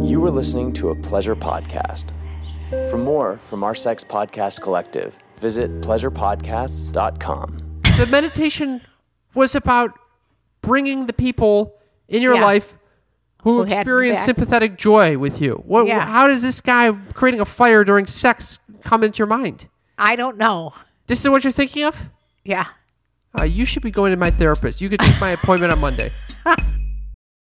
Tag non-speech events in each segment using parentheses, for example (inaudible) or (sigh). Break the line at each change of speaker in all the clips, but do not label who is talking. You were listening to a pleasure podcast. For more from our sex podcast collective, visit pleasurepodcasts.com.
The meditation was about bringing the people in your
Yeah.
life who,
Who had
experience
back-
sympathetic joy with you. What,
Yeah.
How does this guy creating a fire during sex come into your mind?
I don't know.
This is what you're thinking of?
Yeah.
Uh, you should be going to my therapist. You could take my appointment on
(laughs)
Monday.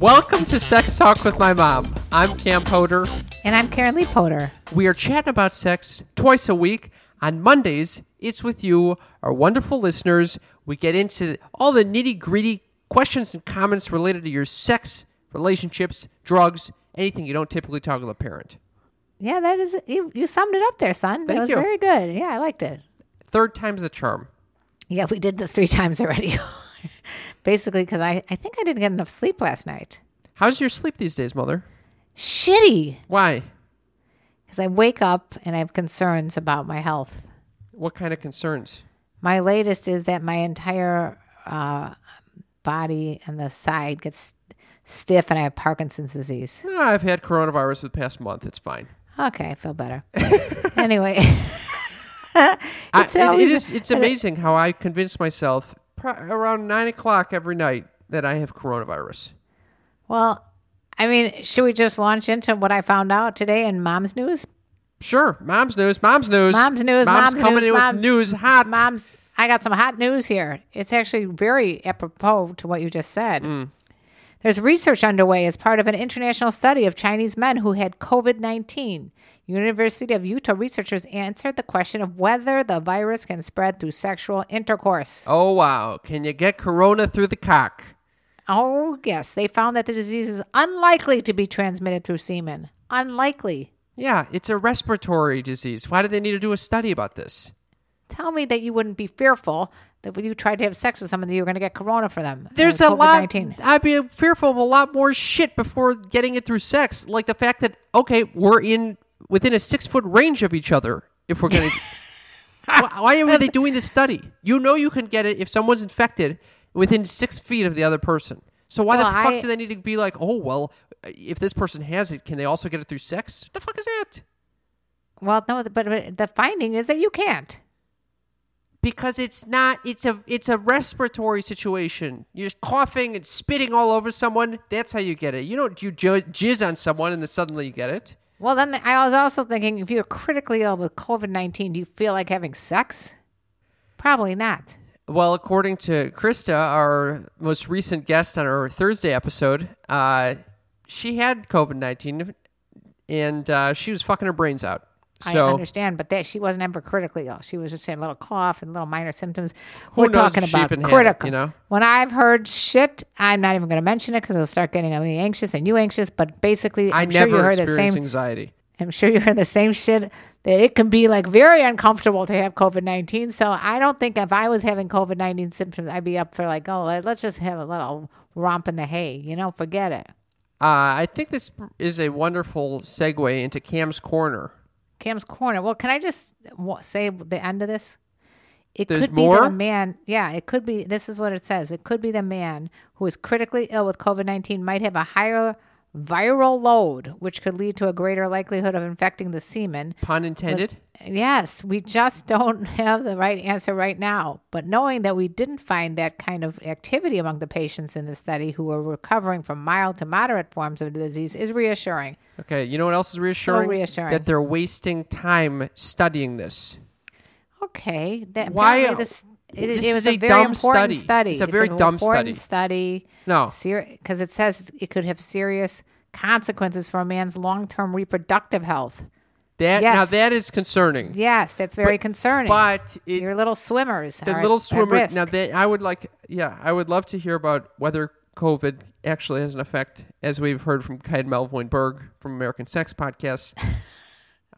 Welcome to Sex Talk with My Mom. I'm Cam Poder.
And I'm Karen Lee Potter.
We are chatting about sex twice a week. On Mondays, it's with you, our wonderful listeners. We get into all the nitty gritty questions and comments related to your sex, relationships, drugs, anything you don't typically talk with a parent.
Yeah, that is, you, you summed it up there, son.
Thank
that was
you.
very good. Yeah, I liked it.
Third time's the charm.
Yeah, we did this three (laughs) times already. Basically, because I, I think I didn't get enough sleep last night.
How's your sleep these days, mother?
Shitty.
Why?
Because I wake up and I have concerns about my health.
What kind of concerns?
My latest is that my entire uh, body and the side gets stiff and I have Parkinson's disease.
"Ah, I've had coronavirus for the past month. It's fine.
Okay, I feel better. anyway, (laughs)
I,
It's
it- it
always-
is,
(laughs)
it's amazing how I convince myself pro- around nine o'clock every night that I have coronavirus.
well, I mean, should we just launch into what I found out today in Mom's News?
Sure, mom's news, mom's news,
Mom's news,
mom's,
mom's
coming
news,
in
mom's-
with news hot.
Mom's, I got some hot news here. It's actually very apropos to what you just said.
Mm.
There's research underway as part of an international study of Chinese men who had COVID 19. University of Utah researchers answered the question of whether the virus can spread through sexual intercourse.
Oh wow, can you get corona through the cock?
Oh, yes. They found that the disease is unlikely to be transmitted through semen. Unlikely.
Yeah, it's a respiratory disease. Why do they need to do a study about this?
Tell me that you wouldn't be fearful that when you tried to have sex with someone that you were going to get corona for them.
There's
Uh,
a lot.
COVID-19.
I'd be fearful of a lot more shit before getting it through sex, like the fact that okay, we're in within a six foot range of each other. If we're
(laughs)
gonna, why, why are they doing this study? You know, you can get it if someone's infected within six feet of the other person. So why the
Well,
fuck
I-
do they need to be like, oh well, if this person has it, can they also get it through sex? What the fuck is that?
Well, no, but- but the finding is that you can't.
because it's not it's a it's a respiratory situation you're coughing and spitting all over someone that's how you get it you don't you ju- jizz on someone and then suddenly you get it
Well, then I was also thinking if you're critically ill with COVID 19, do you feel like having sex? Probably not.
well according to krista our most recent guest on our thursday episode uh, she had covid-19 and uh, she was fucking her brains out
I
so
understand, but that she wasn't ever critically ill. She was just had a little cough and little minor symptoms.
Who
We're
knows
talking
if she
about
even had it,
critical.
you know?
When I've heard shit, I'm not even going to mention it because it'll start getting me anxious and you anxious. But basically,
i
I'm sure you
never
heard the
experienced
same.
anxiety
I'm sure you heard the same shit that it can be like very uncomfortable to have COVID nineteen. So I don't think if I was having COVID nineteen symptoms, I'd be up for like, oh, let- let's just have a little romp in the hay. You know, forget it.
uh, i think this is a wonderful segue into cam's corner
Cam's corner. Well, can I just wa- say the end of this? It
There's
could be that
more?
a man. Yeah, it could be. This is what it says. It could be the man who is critically ill with COVID nineteen might have a higher viral load, which could lead to a greater likelihood of infecting the semen.
pun intended
Yes, we just don't (laughs) have the right answer right now. But knowing that we didn't find that kind of activity among the patients in the study who were recovering from mild to moderate forms of the disease is reassuring.
Okay, you know what else is reassuring?
reassuring.
That they're wasting time studying this.
Okay. That,
Why-
apparently This, it,
this
it
is
was
a
a very
dumb study.
important study.
It's a very dumb
important study.
No.
Because it says it could have serious consequences for a man's long term reproductive health.
That now
Yes.
that is concerning.
Yes, that's very concerning.
But it,
Your little swimmers.
the
are
little
at- at
swimmer.
risk.
Now that I would like, yeah, I would love to hear about whether COVID actually has an effect, as we've heard from Ken Melvoin Berg from American Sex Podcast,
(laughs)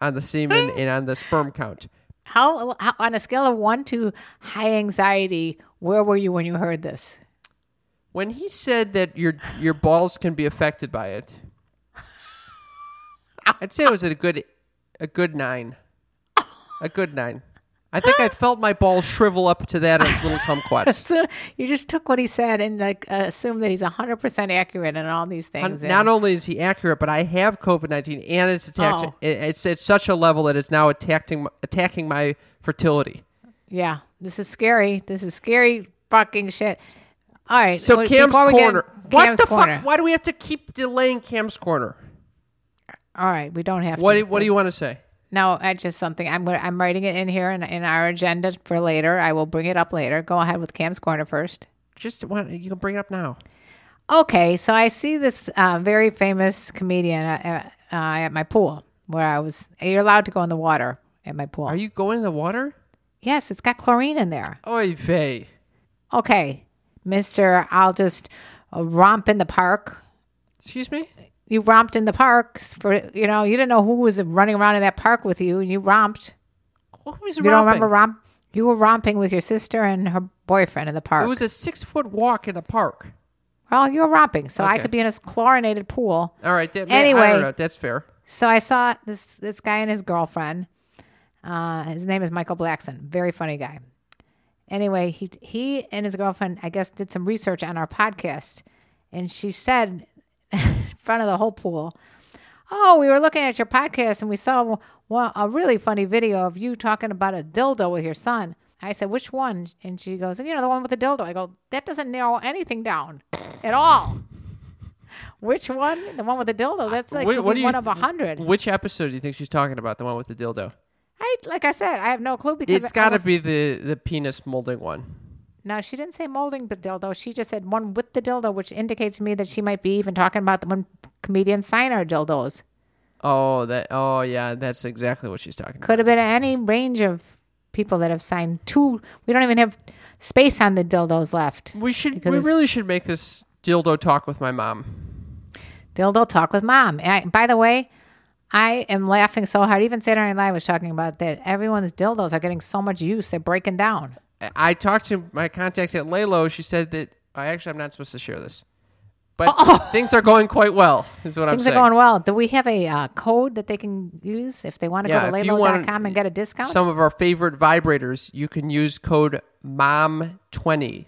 on the semen and on the sperm count.
How, how on a scale of one to high anxiety, where were you when you heard this? (laughs)
When he said that your your balls can be affected by it, I'd say it was at a good a good nine, a good nine. I think I felt my balls shrivel up to that of little (laughs) kumquats.
So you just took what he said and like uh, assumed that he's hundred percent accurate in all these things. and-
Not only is he accurate, but I have COVID nineteen, and it's attacked.
Oh.
It, it's at such a level that it's now attacking attacking my fertility.
yeah, this is scary. This is scary fucking shit. All right.
So
well,
Cam's
before we get-
corner. what
Cam's
the
corner.
fuck? Why do we have to keep delaying Cam's corner?
All right, we don't have
What
to.
do, What do you want to say?
No, I just something. I'm gonna, I'm writing it in here in, in our agenda for later. I will bring it up later. Go ahead with Cam's corner first.
Just want, you can bring it up now.
Okay, so I see this uh, very famous comedian uh, uh, at my pool where I was. You're allowed to go in the water at my pool.
Are you going in the water?
yes, it's got chlorine in there.
Oy vey.
Okay, Mister, I'll just uh, romp in the park.
Excuse me.
You romped in the park for you know you didn't know who was running around in that park with you, and you romped.
What was
You don't remember romp? You were romping with your sister and her boyfriend in the park.
It was a six foot walk in the park.
Well, you were romping, so I
Okay.
could be in a chlorinated pool.
All right. That,
Anyway.
I don't know, that's fair.
So I saw this this guy and his girlfriend. Uh, his name is Michael Blackson, very funny guy. Anyway, he he and his girlfriend, I guess, did some research on our podcast, and she said (laughs) in front of the whole pool, "Oh, we were looking at your podcast and we saw one, a really funny video of you talking about a dildo with your son." I said, "Which one?" And she goes, "You know, the one with the dildo." I go, "That doesn't narrow anything down at all." (laughs) Which one? The one with the dildo? That's like
What-
could
what
be
do you
one of a
th-
hundred.
Which episode do you think she's talking about? The one with the dildo.
I like I said, I have no clue because
It's got to
to
be the the penis molding one.
No, she didn't say molding the dildo. She just said one with the dildo, which indicates to me that she might be even talking about the when comedians sign our dildos.
Oh, that. Oh, yeah. That's exactly what she's talking about.
Could have been any range of people that have signed two. We don't even have space on the dildos left.
We should.
Because-
we really should make this dildo talk with my mom.
Dildo talk with mom. And I, by the way, I am laughing so hard. Even Saturday Night Live was talking about that. Everyone's dildos are getting so much use; they're breaking down.
I- I talked to my contact at Lalo. She said that I actually I'm not supposed to share this,
(laughs)
but things are going quite well. Is what I'm
Things
saying.
are going well. Do we have a uh, code that they can use if they want to
Yeah,
go
if
to
you wanna-
laylow.com and get a discount?
Some of our favorite vibrators. You can use code MOM20 20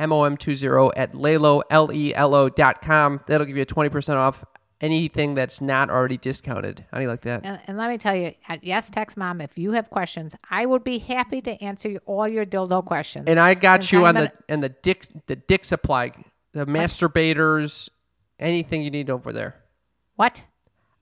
M O M 20 at Lalo L E L O dot com. That'll give you 20 percent off anything that's not already discounted. How do you like that?
And, and let me tell you, at Yes Text Mom, if you have questions, I would be happy to answer your- all your dildo questions.
And I got you
talking
on the
about-
and the dick the dick supply, the masturbators, anything you need over there.
what?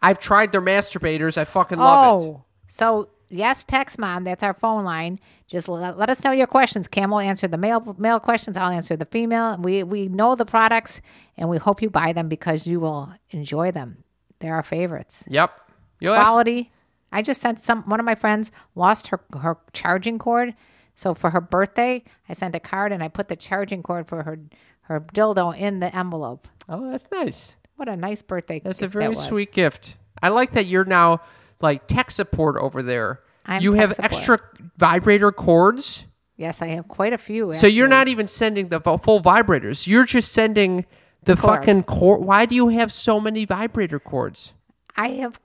I've tried their masturbators. I fucking love
Oh.
it.
so Yes Text Mom, that's our phone line. Just let, let us know your questions. Cam will answer the male male questions. I'll answer the female. We we know the products, and we hope you buy them because you will enjoy them. They're our favorites.
Yep. You'll ask-
quality. I just sent some one of my friends lost her her charging cord. So for her birthday, I sent a card and I put the charging cord for her her dildo in the envelope.
oh, that's nice.
What a nice birthday!
That's a
gift
very
that was.
sweet gift. I like that you're now like tech support over there.
I'm
you
tech
have
support.
extra vibrator cords.
Yes, I have quite a few.
So you're not even sending the fu- full vibrators. You're just sending the fucking cord. Why do you have so many vibrator cords?
I have.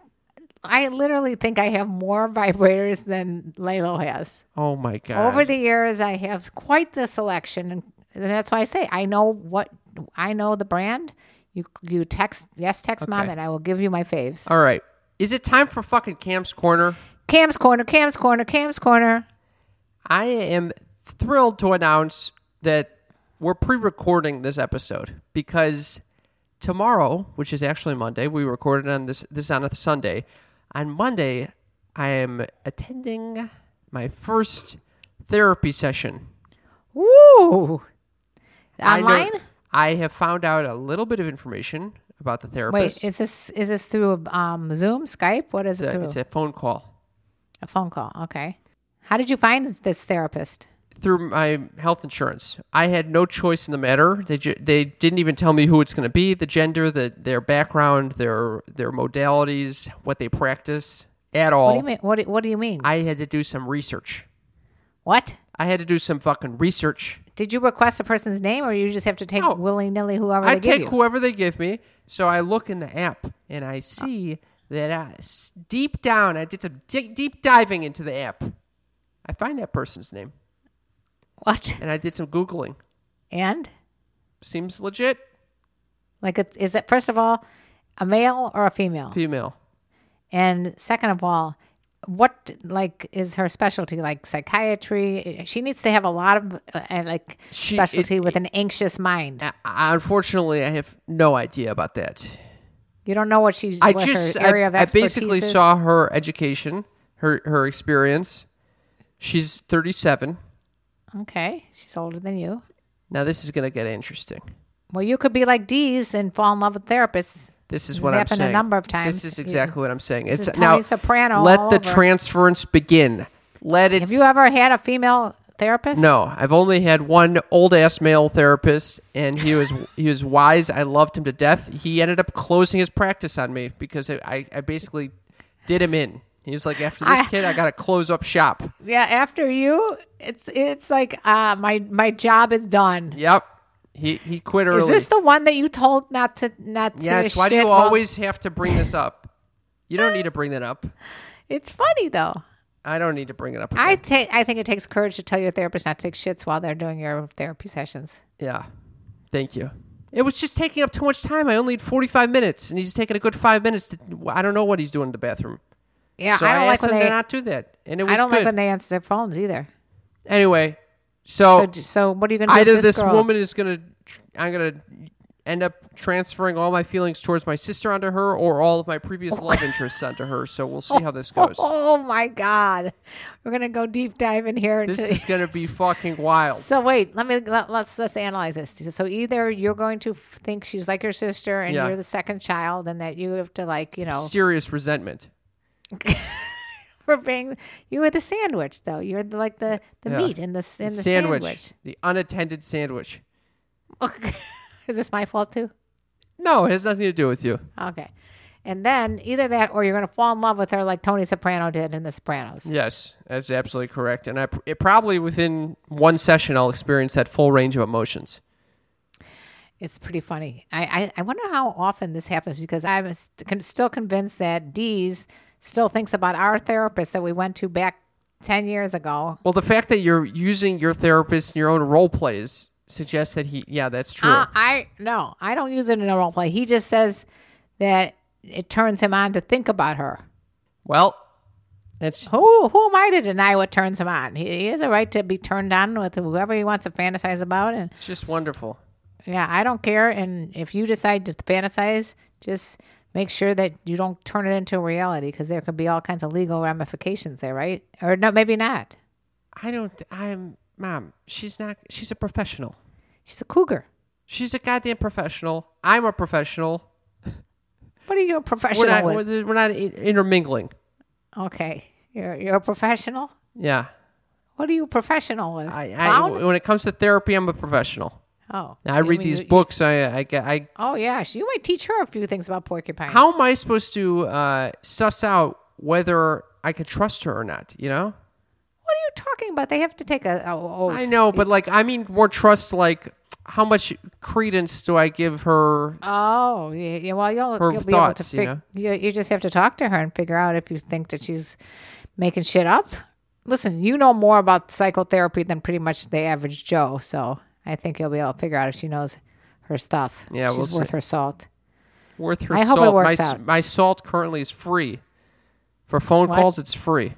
I literally think I have more (laughs) vibrators than Lalo has.
Oh my god.
Over the years, I have quite the selection, and, and that's why I say I know what I know the brand. You you text yes text mom
Okay.
and I will give you my faves.
All right. Is it time for fucking Cam's corner?
Cam's Corner, Cam's Corner, Cam's Corner.
I am thrilled to announce that we're pre-recording this episode because tomorrow, which is actually Monday, we recorded on this this on a Sunday. On Monday, I am attending my first therapy session.
Woo!
I know-
Online?
I, have found out a little bit of information about the therapist.
Wait, is this is this through um, Zoom, Skype? What is
it's
it
a,
through?
it's a phone call.
a phone call. Okay. How did you find this therapist?
through my health insurance. I had no choice in the matter. They ju- they didn't even tell me who it's going to be, the gender, the, their background, their their modalities, what they practice at all.
What do you mean? What do, what do you mean?
I had to do some research.
what?
I had to do some fucking research.
Did you request a person's name, or you just have to take
No.
willy nilly whoever
I
they give
take
you? Ah.
whoever they give me. So I look in the app and I see that I, s- deep down, I did some di- deep diving into the app. I find that person's name
what?
and I did some Googling.
And
Seems legit.
like, it's, is it first of all a male or a female?
Female.
And second of all, what like is her specialty? Like psychiatry? She needs to have a lot of uh, like
She-
specialty with an anxious mind.
I, I- unfortunately, I have no idea about that.
you don't know what she.
I
what
just,
her area
I,
of
I basically
expertise is?
saw her education, her her experience. She's 37.
Okay, she's older than you.
Now this is going to get interesting.
Well, you could be like Dee's and fall in love with therapists.
This is
This
what I'm
has happened a
saying.
number of times.
This is exactly what I'm saying.
is
it's
Tony
now
Soprano
Let
all
the
over.
transference begin. Let it.
Have you ever had a female therapist?
no, I've only had one old ass male therapist, and he was (laughs) he was wise. I loved him to death. He ended up closing his practice on me because I I basically did him in. He was like, after this
I-
kid, I got to close up shop.
Yeah, after you, it's it's like uh, my my job is done.
Yep. He he quit early.
Is this the one that you told not to not to?
yes. Why do
shit
you
while-
always have to bring this up? You don't need to bring that up.
It's funny though.
I don't need to bring it up.
I
again.
take. I think it takes courage to tell your therapist not to take shits while they're doing your therapy sessions.
Yeah. Thank you. It was just taking up too much time. I only need 45 minutes, and he's taking a good five minutes to. I don't know what he's doing in the bathroom.
Yeah,
so
I don't like
asked
when
him
they.
to not do that, and it was
I don't
good.
like when they answer their phones either.
anyway, so,
So, d- so what are you going to do?
either
with
Oh. this,
this girl?
woman is gonna, tr- I'm gonna end up transferring all my feelings towards my sister onto her, or all of my
(laughs)
previous love interests onto her. So we'll see how this goes.
Oh my God, we're going to go deep dive in here.
This
into-
is gonna be fucking wild.
(laughs) So wait, let me let, let's let's analyze this. So either you're going to f- think she's like your sister and
Yeah.
you're the second child, and that you have to like you (laughs) know
Serious resentment.
for being you were the sandwich though. You're the, like the the
Yeah.
meat in the s- in the
sandwich.
sandwich.
The unattended sandwich.
(laughs) Is this my fault too?
No, it has nothing to do with you.
Okay. And then either that or you're going to fall in love with her like Tony Soprano did in The Sopranos.
Yes, that's absolutely correct. And I pr- it probably within one session, I'll experience that full range of emotions.
It's pretty funny. I, I, I wonder how often this happens because I'm s- con- still convinced that Dee's still thinks about our therapist that we went to back 10 years ago.
Well, the fact that you're using your therapist in your own role plays suggests that he, yeah, that's true.
Uh, I No, I don't use it in a role play. He just says that it turns him on to think about her.
well, that's
Who, who am I to deny what turns him on? He, he has a right to be turned on with whoever he wants to fantasize about. And
it's just wonderful.
Yeah, I don't care. And if you decide to fantasize, just make sure that you don't turn it into a reality because there could be all kinds of legal ramifications there, right? Or no, maybe not.
I don't, I'm, mom, she's not, she's a professional.
She's a cougar.
She's a goddamn professional. I'm a professional.
What are you a
We're
professional
not,
with?
we're, we're not in- intermingling.
Okay, you're you're a professional.
Yeah.
What are you a professional with?
I, I,
Clown?
when it comes to therapy, I'm a professional.
oh,
I
you
read
mean
these
you-
books. I, I, get- I
Oh yeah, she, you might teach her a few things about porcupines.
how am I supposed to uh, suss out whether I could trust her or not? You know,
What are you talking about? They have to take a. Oh, oh,
I know, but like, I mean, more trust. Like, how much credence do I give her?
Oh, yeah. yeah, Well, you'll,
Her
you'll be
thoughts, you
able to fig- you, you just have to talk to her and figure out if you think that she's making shit up. Listen, you know more about psychotherapy than pretty much the average Joe, so I think you'll be able to figure out if she knows her stuff.
Yeah,
she's
we'll see.
worth her salt.
Worth her
I hope it
salt.
works
my,
out.
my salt currently is free. For phone calls, it's free.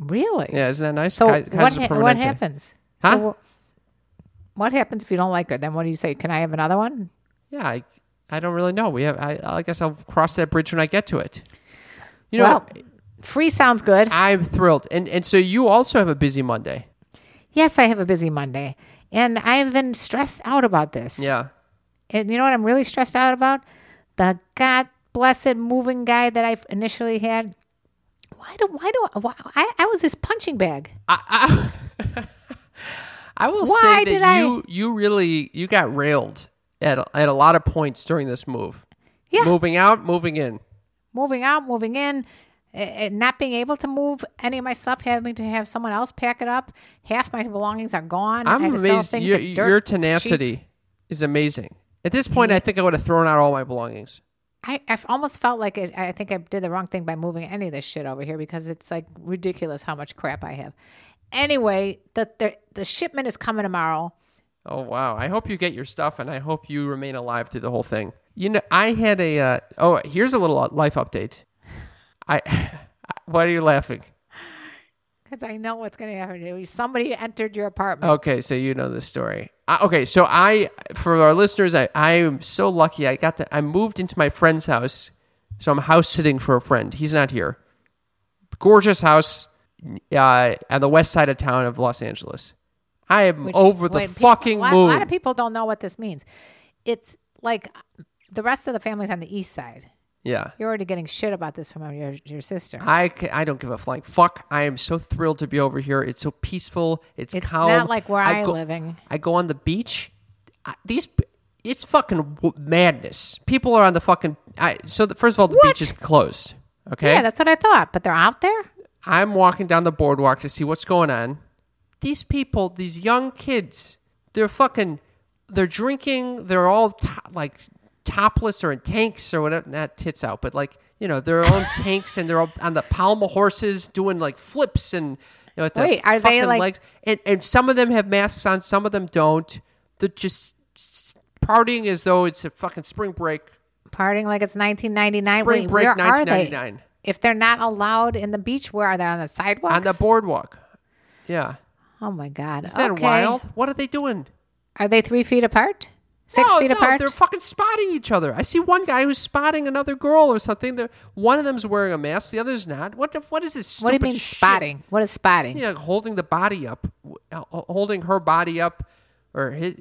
Really?
Yeah, isn't that nice?
So
Ca-
what?
Casa
Ha- what
Permanente.
happens?
Huh?
So wh- what happens if you don't like her? Then what do you say? Can I have another one?
Yeah, I, I don't really know. We have. I, I guess I'll cross that bridge when I get to it. You know,
well, free sounds good.
I'm thrilled, and and so you also have a busy Monday.
yes, I have a busy Monday, and I've been stressed out about this.
Yeah.
And you know what I'm really stressed out about? The God blessed moving guy that I initially had. Why do why do why, I I was his punching bag.
I, (laughs) I, I will
Why
say
did
that
I-
you you really you got railed at at a lot of points during this move.
Yeah.
Moving out, moving in.
moving out, moving in, eh, eh, not being able to move any of my stuff, having to have someone else pack it up. Half my belongings are gone. I
I'm
had to sell
amazed.
things
Your,
at dirt
your
cheap.
tenacity is amazing. At this point, I think I would have thrown out all my belongings.
I, I almost felt like it, I think I did the wrong thing by moving any of this shit over here because it's like ridiculous how much crap I have. Anyway, the the, the shipment is coming tomorrow.
Oh wow! I hope you get your stuff, and I hope you remain alive through the whole thing. You know, I had a. Uh, oh, here's a little life update. I. (laughs) Why are you laughing?
Because I know what's going to happen. Somebody entered your apartment.
Okay, so you know this story. I, okay, so I, for our listeners, I I am so lucky. I got to. I moved into my friend's house, so I'm house sitting for a friend. He's not here. Gorgeous house, uh, on the west side of town of Los Angeles. I am
which
over the
when people-
fucking
a lot,
moon.
A lot of people don't know what this means. It's like the rest of the family's on the east side.
yeah.
You're already getting shit about this from your your sister.
I, ca- I don't give a flying fuck. I am so thrilled to be over here. It's so peaceful. It's,
It's
calm.
not like where I
go,
living.
I go on the beach. I, these it's fucking w- madness. People are on the fucking. I, so the, first of all, the beach is closed. Okay.
Yeah, that's what I thought. But they're out there.
I'm walking down the boardwalk to see what's going on. These people, these young kids, they're fucking, they're drinking. They're all to- like topless or in tanks or whatever. Not tits out, but like you know, their
(laughs)
own tanks and they're all on the Palma horses doing like flips and you know, with their
Wait, are they,
fucking
like-
legs. And and some of them have masks on, some of them don't. They're just s- partying as though it's a fucking spring break.
Partying like it's 1999.
Spring
Wait,
break
where are
1999.
they? If they're not allowed in the beach, where are they on the sidewalks?
On the boardwalk. Yeah.
oh my god!
Isn't that
Okay.
wild? What are they doing?
Are they three feet apart? Six
no,
feet
no,
apart?
They're fucking spotting each other. I see one guy who's spotting another girl or something. They're, one of them's wearing a mask, the other's not. What the, what is this?
What do you
stupid
mean
shit?
spotting? What is spotting?
Yeah, holding the body up, w- uh, holding her body up, or his,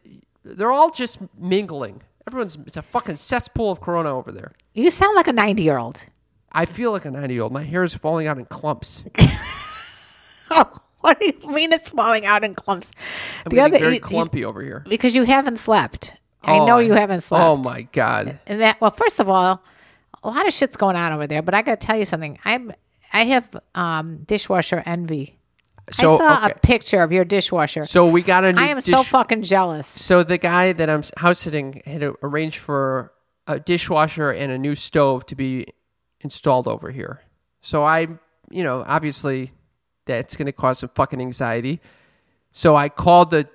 they're all just mingling. Everyone's it's a fucking cesspool of corona over there.
You sound like a 90 year old.
I feel like a ninety year old. My hair is falling out in clumps.
Oh, (laughs) what do you mean it's falling out in clumps?
I'm
The
getting
other-
very
you- you-
clumpy over here.
because you haven't slept. I
Oh,
know you haven't slept.
Oh my god.
And that well, first of all, a lot of shit's going on over there. But I got to tell you something. I'm I have um, dishwasher envy.
So
I saw
okay.
a picture of your dishwasher.
so we got a new
I am so
dish-
fucking jealous.
So the guy that I'm house sitting had uh, arranged for a dishwasher and a new stove to be installed over here. So I, you know, obviously that's going to cause some fucking anxiety. So I called the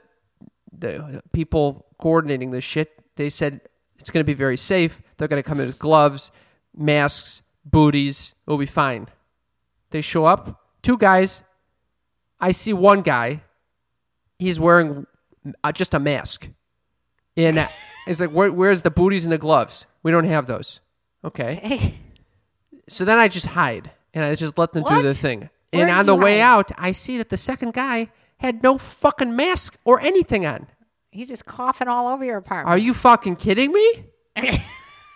the people coordinating this shit. They said it's going to be very safe. They're going to come in with gloves, masks, booties. It'll be fine. They show up, two guys. I see one guy he's wearing uh, just a mask. And
(laughs)
uh, it's like, where, where's the booties and the gloves? We don't have those. Okay.
Hey,
So then I just hide and I just let them do
What?
their thing.
Where
and
did
on the
you
way
hide?
out, I see that the second guy had no fucking mask or anything on.
he's just coughing all over your
Are
apartment.
you fucking kidding
(laughs)
me?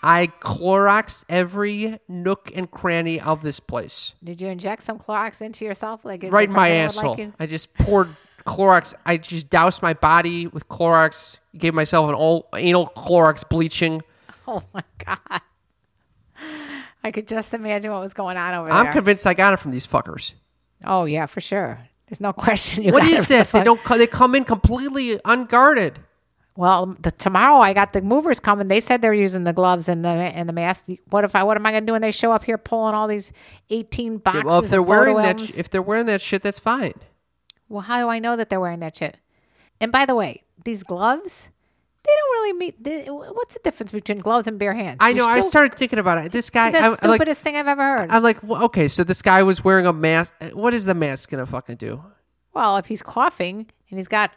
I Cloroxed every nook and cranny of this place.
Did you inject some Clorox into yourself? Like is
right in
your
my
partner would
asshole.
Like you- (laughs)
I just poured Clorox. I just doused my body with Clorox. Gave myself an old anal Clorox bleaching.
oh my god! I could just imagine what was going on over
I'm
there.
convinced I got it from these fuckers.
oh yeah, for sure. There's no (laughs) question. You
What
got
is
it. (laughs)
this? They don't. co- They come in completely unguarded.
Well, the, tomorrow I got the movers coming. They said they're using the gloves and the and the mask. What if I? What am I going to do when they show up here pulling all these eighteen boxes?
well, if they're
of
wearing
photo
that,
albums?
sh- if they're wearing that shit, that's fine.
well, how do I know that they're wearing that shit? And by the way, these gloves, they don't really meet. They, what's the difference between gloves and bare hands?
I know.
You're
I
still-
started thinking about it. This guy.
The
I'm, I'm like,
stupidest thing I've ever heard.
I'm like, well, okay. So this guy was wearing a mask. What is the mask gonna fucking do?
well, if he's coughing and he's got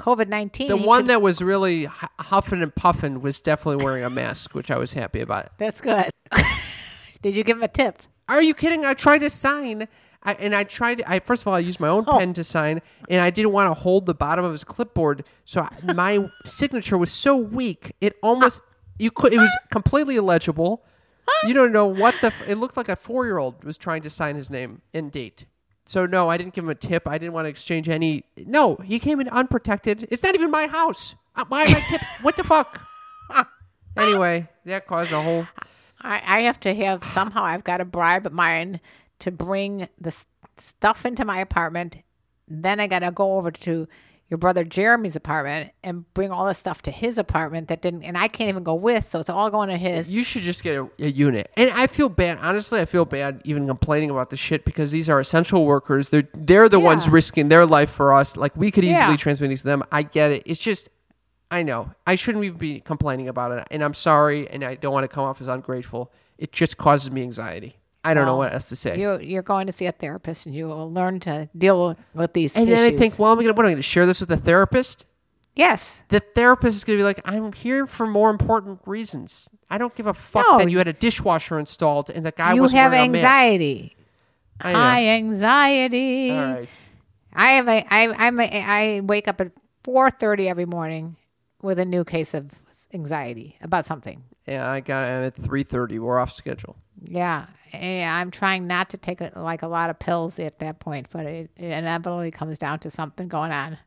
COVID nineteen,
The one that was really hu- huffing and puffing was definitely wearing a mask, which I was happy about.
that's good. (laughs) Did you give him a tip?
Are you kidding? I tried to sign. I, and I tried. I first of all, I used my own pen to sign, and I didn't want to hold the bottom of his clipboard, so I, my signature was so weak it almost you could. It was completely illegible. You don't know what the. f- It looked like a four year old was trying to sign his name and date. So no, I didn't give him a tip. I didn't want to exchange any. No, he came in unprotected. It's not even my house. Uh, Why am I tip? What the fuck? Anyway, that caused a whole.
I, I have to have somehow I've got to bribe mine to bring the s- stuff into my apartment. Then I got to go over to your brother Jeremy's apartment and bring all the stuff to his apartment that didn't, and I can't even go with, so it's all going to his.
You should just get a, a unit. And I feel bad. Honestly, I feel bad even complaining about this shit because these are essential workers. They're they're the ones
Yeah.
risking their life for us. Like we could easily
Yeah.
transmit these to them. I get it. It's just I know. I shouldn't even be complaining about it. And I'm sorry and I don't want to come off as ungrateful. It just causes me anxiety. I don't know what else to say.
You, you're going to see a therapist, and you will learn to deal with, with these.
and
issues.
then I think, well, am I gonna what am I gonna share this with the therapist?
yes,
The therapist is gonna be like, I'm here for more important reasons. I don't give a fuck
No.
that you had a dishwasher installed and the guy
you
was
have
wearing a mask.
anxiety,
I know.
high anxiety.
All right.
I have a I I'm a, I wake up at four thirty every morning with a new case of anxiety about something.
Yeah, I got I'm at three thirty. We're off schedule.
Yeah, yeah. I'm trying not to take a, like a lot of pills at that point, but it, it inevitably comes down to something going on. Pills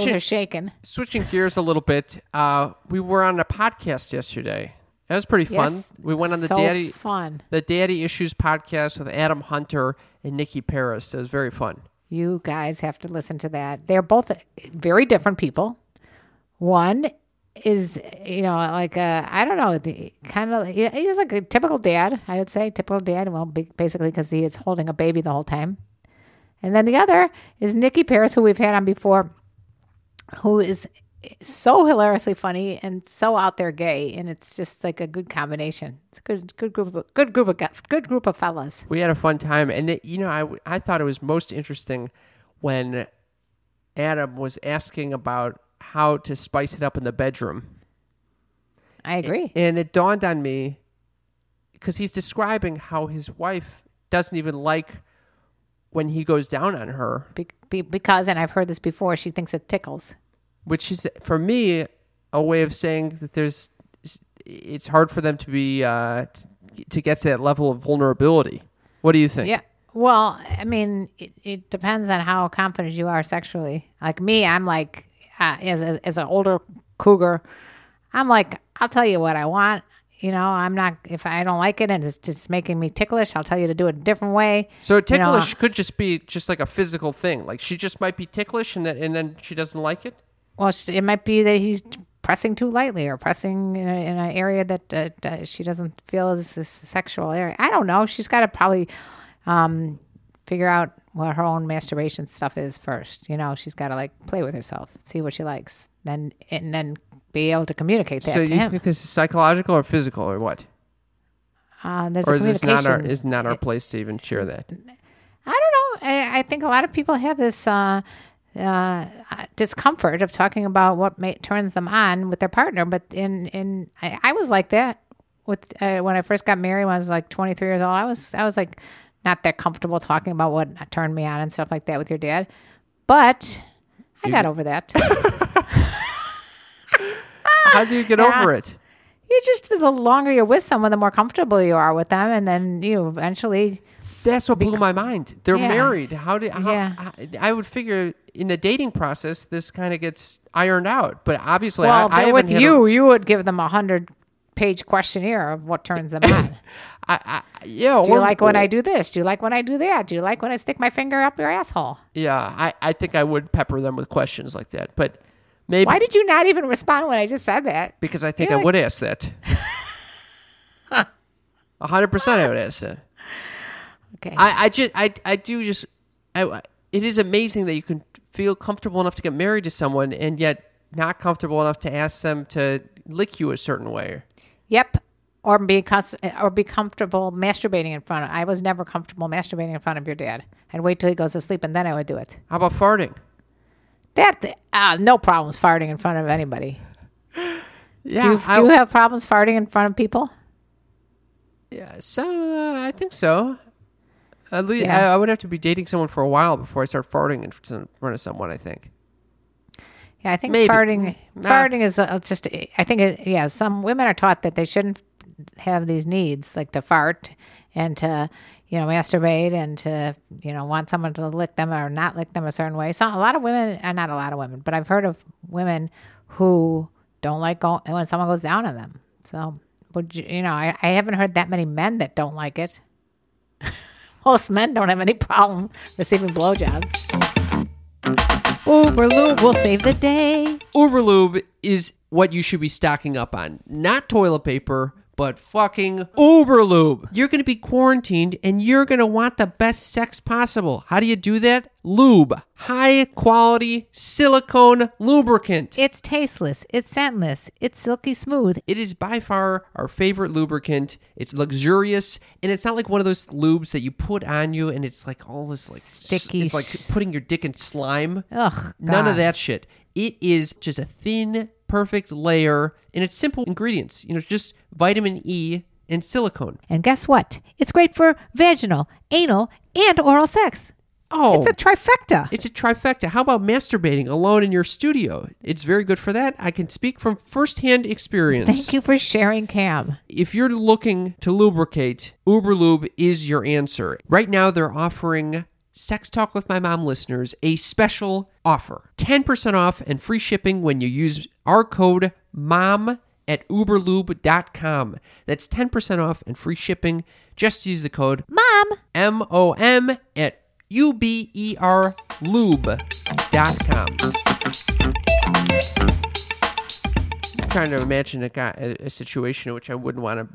Switching
are shaking.
switching gears a little bit. Uh, we were on a podcast yesterday. That was pretty fun.
Yes,
we went on the
so
daddy
fun.
the daddy issues podcast with Adam Hunter and Nikki Paris. It was very fun.
You guys have to listen to that. They're both very different people. One is, you know, like a, I don't know, the kind of he- he's like a typical dad. I would say typical dad. Well, ba- basically because he is holding a baby the whole time. And then the other is Nikki Paris, who we've had on before, who is so hilariously funny and so out there gay, and it's just like a good combination. It's a good, good group, of, good group of, gu- good group of fellas.
We had a fun time, and it, you know, I w- I thought it was most interesting when Adam was asking about how to spice it up in the bedroom.
I agree.
And it dawned on me because he's describing how his wife doesn't even like when he goes down on her,
be, be, because, and I've heard this before, she thinks it tickles.
which is for me a way of saying that there's it's hard for them to be uh, t- to get to that level of vulnerability. What do you think?
Yeah. Well, I mean, it, it depends on how confident you are sexually. Like me, I'm like, uh, as a, as an older cougar, I'm like, I'll tell you what I want. You know, I'm not if I don't like it and it's just making me ticklish. I'll tell you to do it a different way.
So ticklish
know,
could just be just like a physical thing. Like she just might be ticklish, and then and then she doesn't like it.
Well, sh- it might be that he's pressing too lightly or pressing in, a, in an area that uh, uh, she doesn't feel is a sexual area. I don't know. She's got to probably um, figure out what her own masturbation stuff is first. You know, she's got to like play with herself, see what she likes, then and then be able to communicate that
so
to
you
him.
think this is psychological or physical or what?
uh, there's
Or
a
is this not our
communication.
is not our place to even share that?
I don't know. I, I think a lot of people have this uh, uh, discomfort of talking about what ma- turns them on with their partner. But in in I, I was like that with uh, when I first got married. When I was like 23 years old, I was I was like not that comfortable talking about what turned me on and stuff like that with your dad. But I got over that.
How do you get over it?
you just the longer you're with someone, the more comfortable you are with them, and then you eventually.
That's what blew my mind. They're
Yeah.
married. How did? How,
Yeah.
I, I would figure in the dating process this kind of gets ironed out, but obviously,
Well, if
I, I
they're with
haven't had a-
you, you would give them a hundred page questionnaire of what turns them on.
I- I- yeah,
Do you like when I do this? Do you like when I do that? Do you like when I stick my finger up your asshole?
Yeah, I, I think I would pepper them with questions like that, but maybe
Why did you not even respond when I just said that?
because I think I
You're like-
would ask that. A hundred percent, I would ask that.
Okay.
I, I just I I do just I, it is amazing that you can feel comfortable enough to get married to someone and yet not comfortable enough to ask them to lick you a certain way.
Yep. Or be cus- or be comfortable masturbating in front of. I was never comfortable masturbating in front of your dad. I'd wait till he goes to sleep and then I would do it.
How about farting?
That uh, no problems farting in front of anybody.
Yeah,
Do you, do you have problems farting in front of people?
yeah, so uh, I think so. At least
Yeah.
I, I would have to be dating someone for a while before I start farting in fr- in front of someone. I think.
Yeah, I think
Maybe.
farting
Nah.
farting is uh, just. I think it, yeah, some women are taught that they shouldn't have these needs, like to fart and to, you know, masturbate and to, you know, want someone to lick them or not lick them a certain way. So a lot of women, and not a lot of women, but I've heard of women who don't like go, when someone goes down on them. So, but you you know, I, I haven't heard that many men that don't like it. (laughs) Most men don't have any problem receiving blowjobs. Overlube will save the day.
Uberlube is what you should be stocking up on. Not toilet paper, but fucking Uberlube. You're going to be quarantined and you're going to want the best sex possible. How do you do that? Lube. High quality silicone lubricant.
It's tasteless. It's scentless. It's silky smooth.
It is by far our favorite lubricant. It's luxurious, and it's not like one of those lubes that you put on you, and it's like all this like s-
Sticky
It's like
s-
putting your dick in slime.
Ugh,
None of
God.
that shit. It is just a thin, perfect layer, and it's simple ingredients. You know, just vitamin E and silicone.
And guess what? It's great for vaginal, anal, and oral sex.
Oh,
It's a trifecta.
It's a trifecta. How about masturbating alone in your studio? It's very good for that. I can speak from firsthand experience.
Thank you for sharing, Cam.
If you're looking to lubricate, Uberlube is your answer. Right now, they're offering Sex Talk with My Mom listeners a special offer 10% off and free shipping when you use our code MOM at uberlube.com. That's 10% off and free shipping. Just use the code
Mom,
M O M at U B E R lube.com. I'm trying to imagine a guy a, a situation in which I wouldn't want a,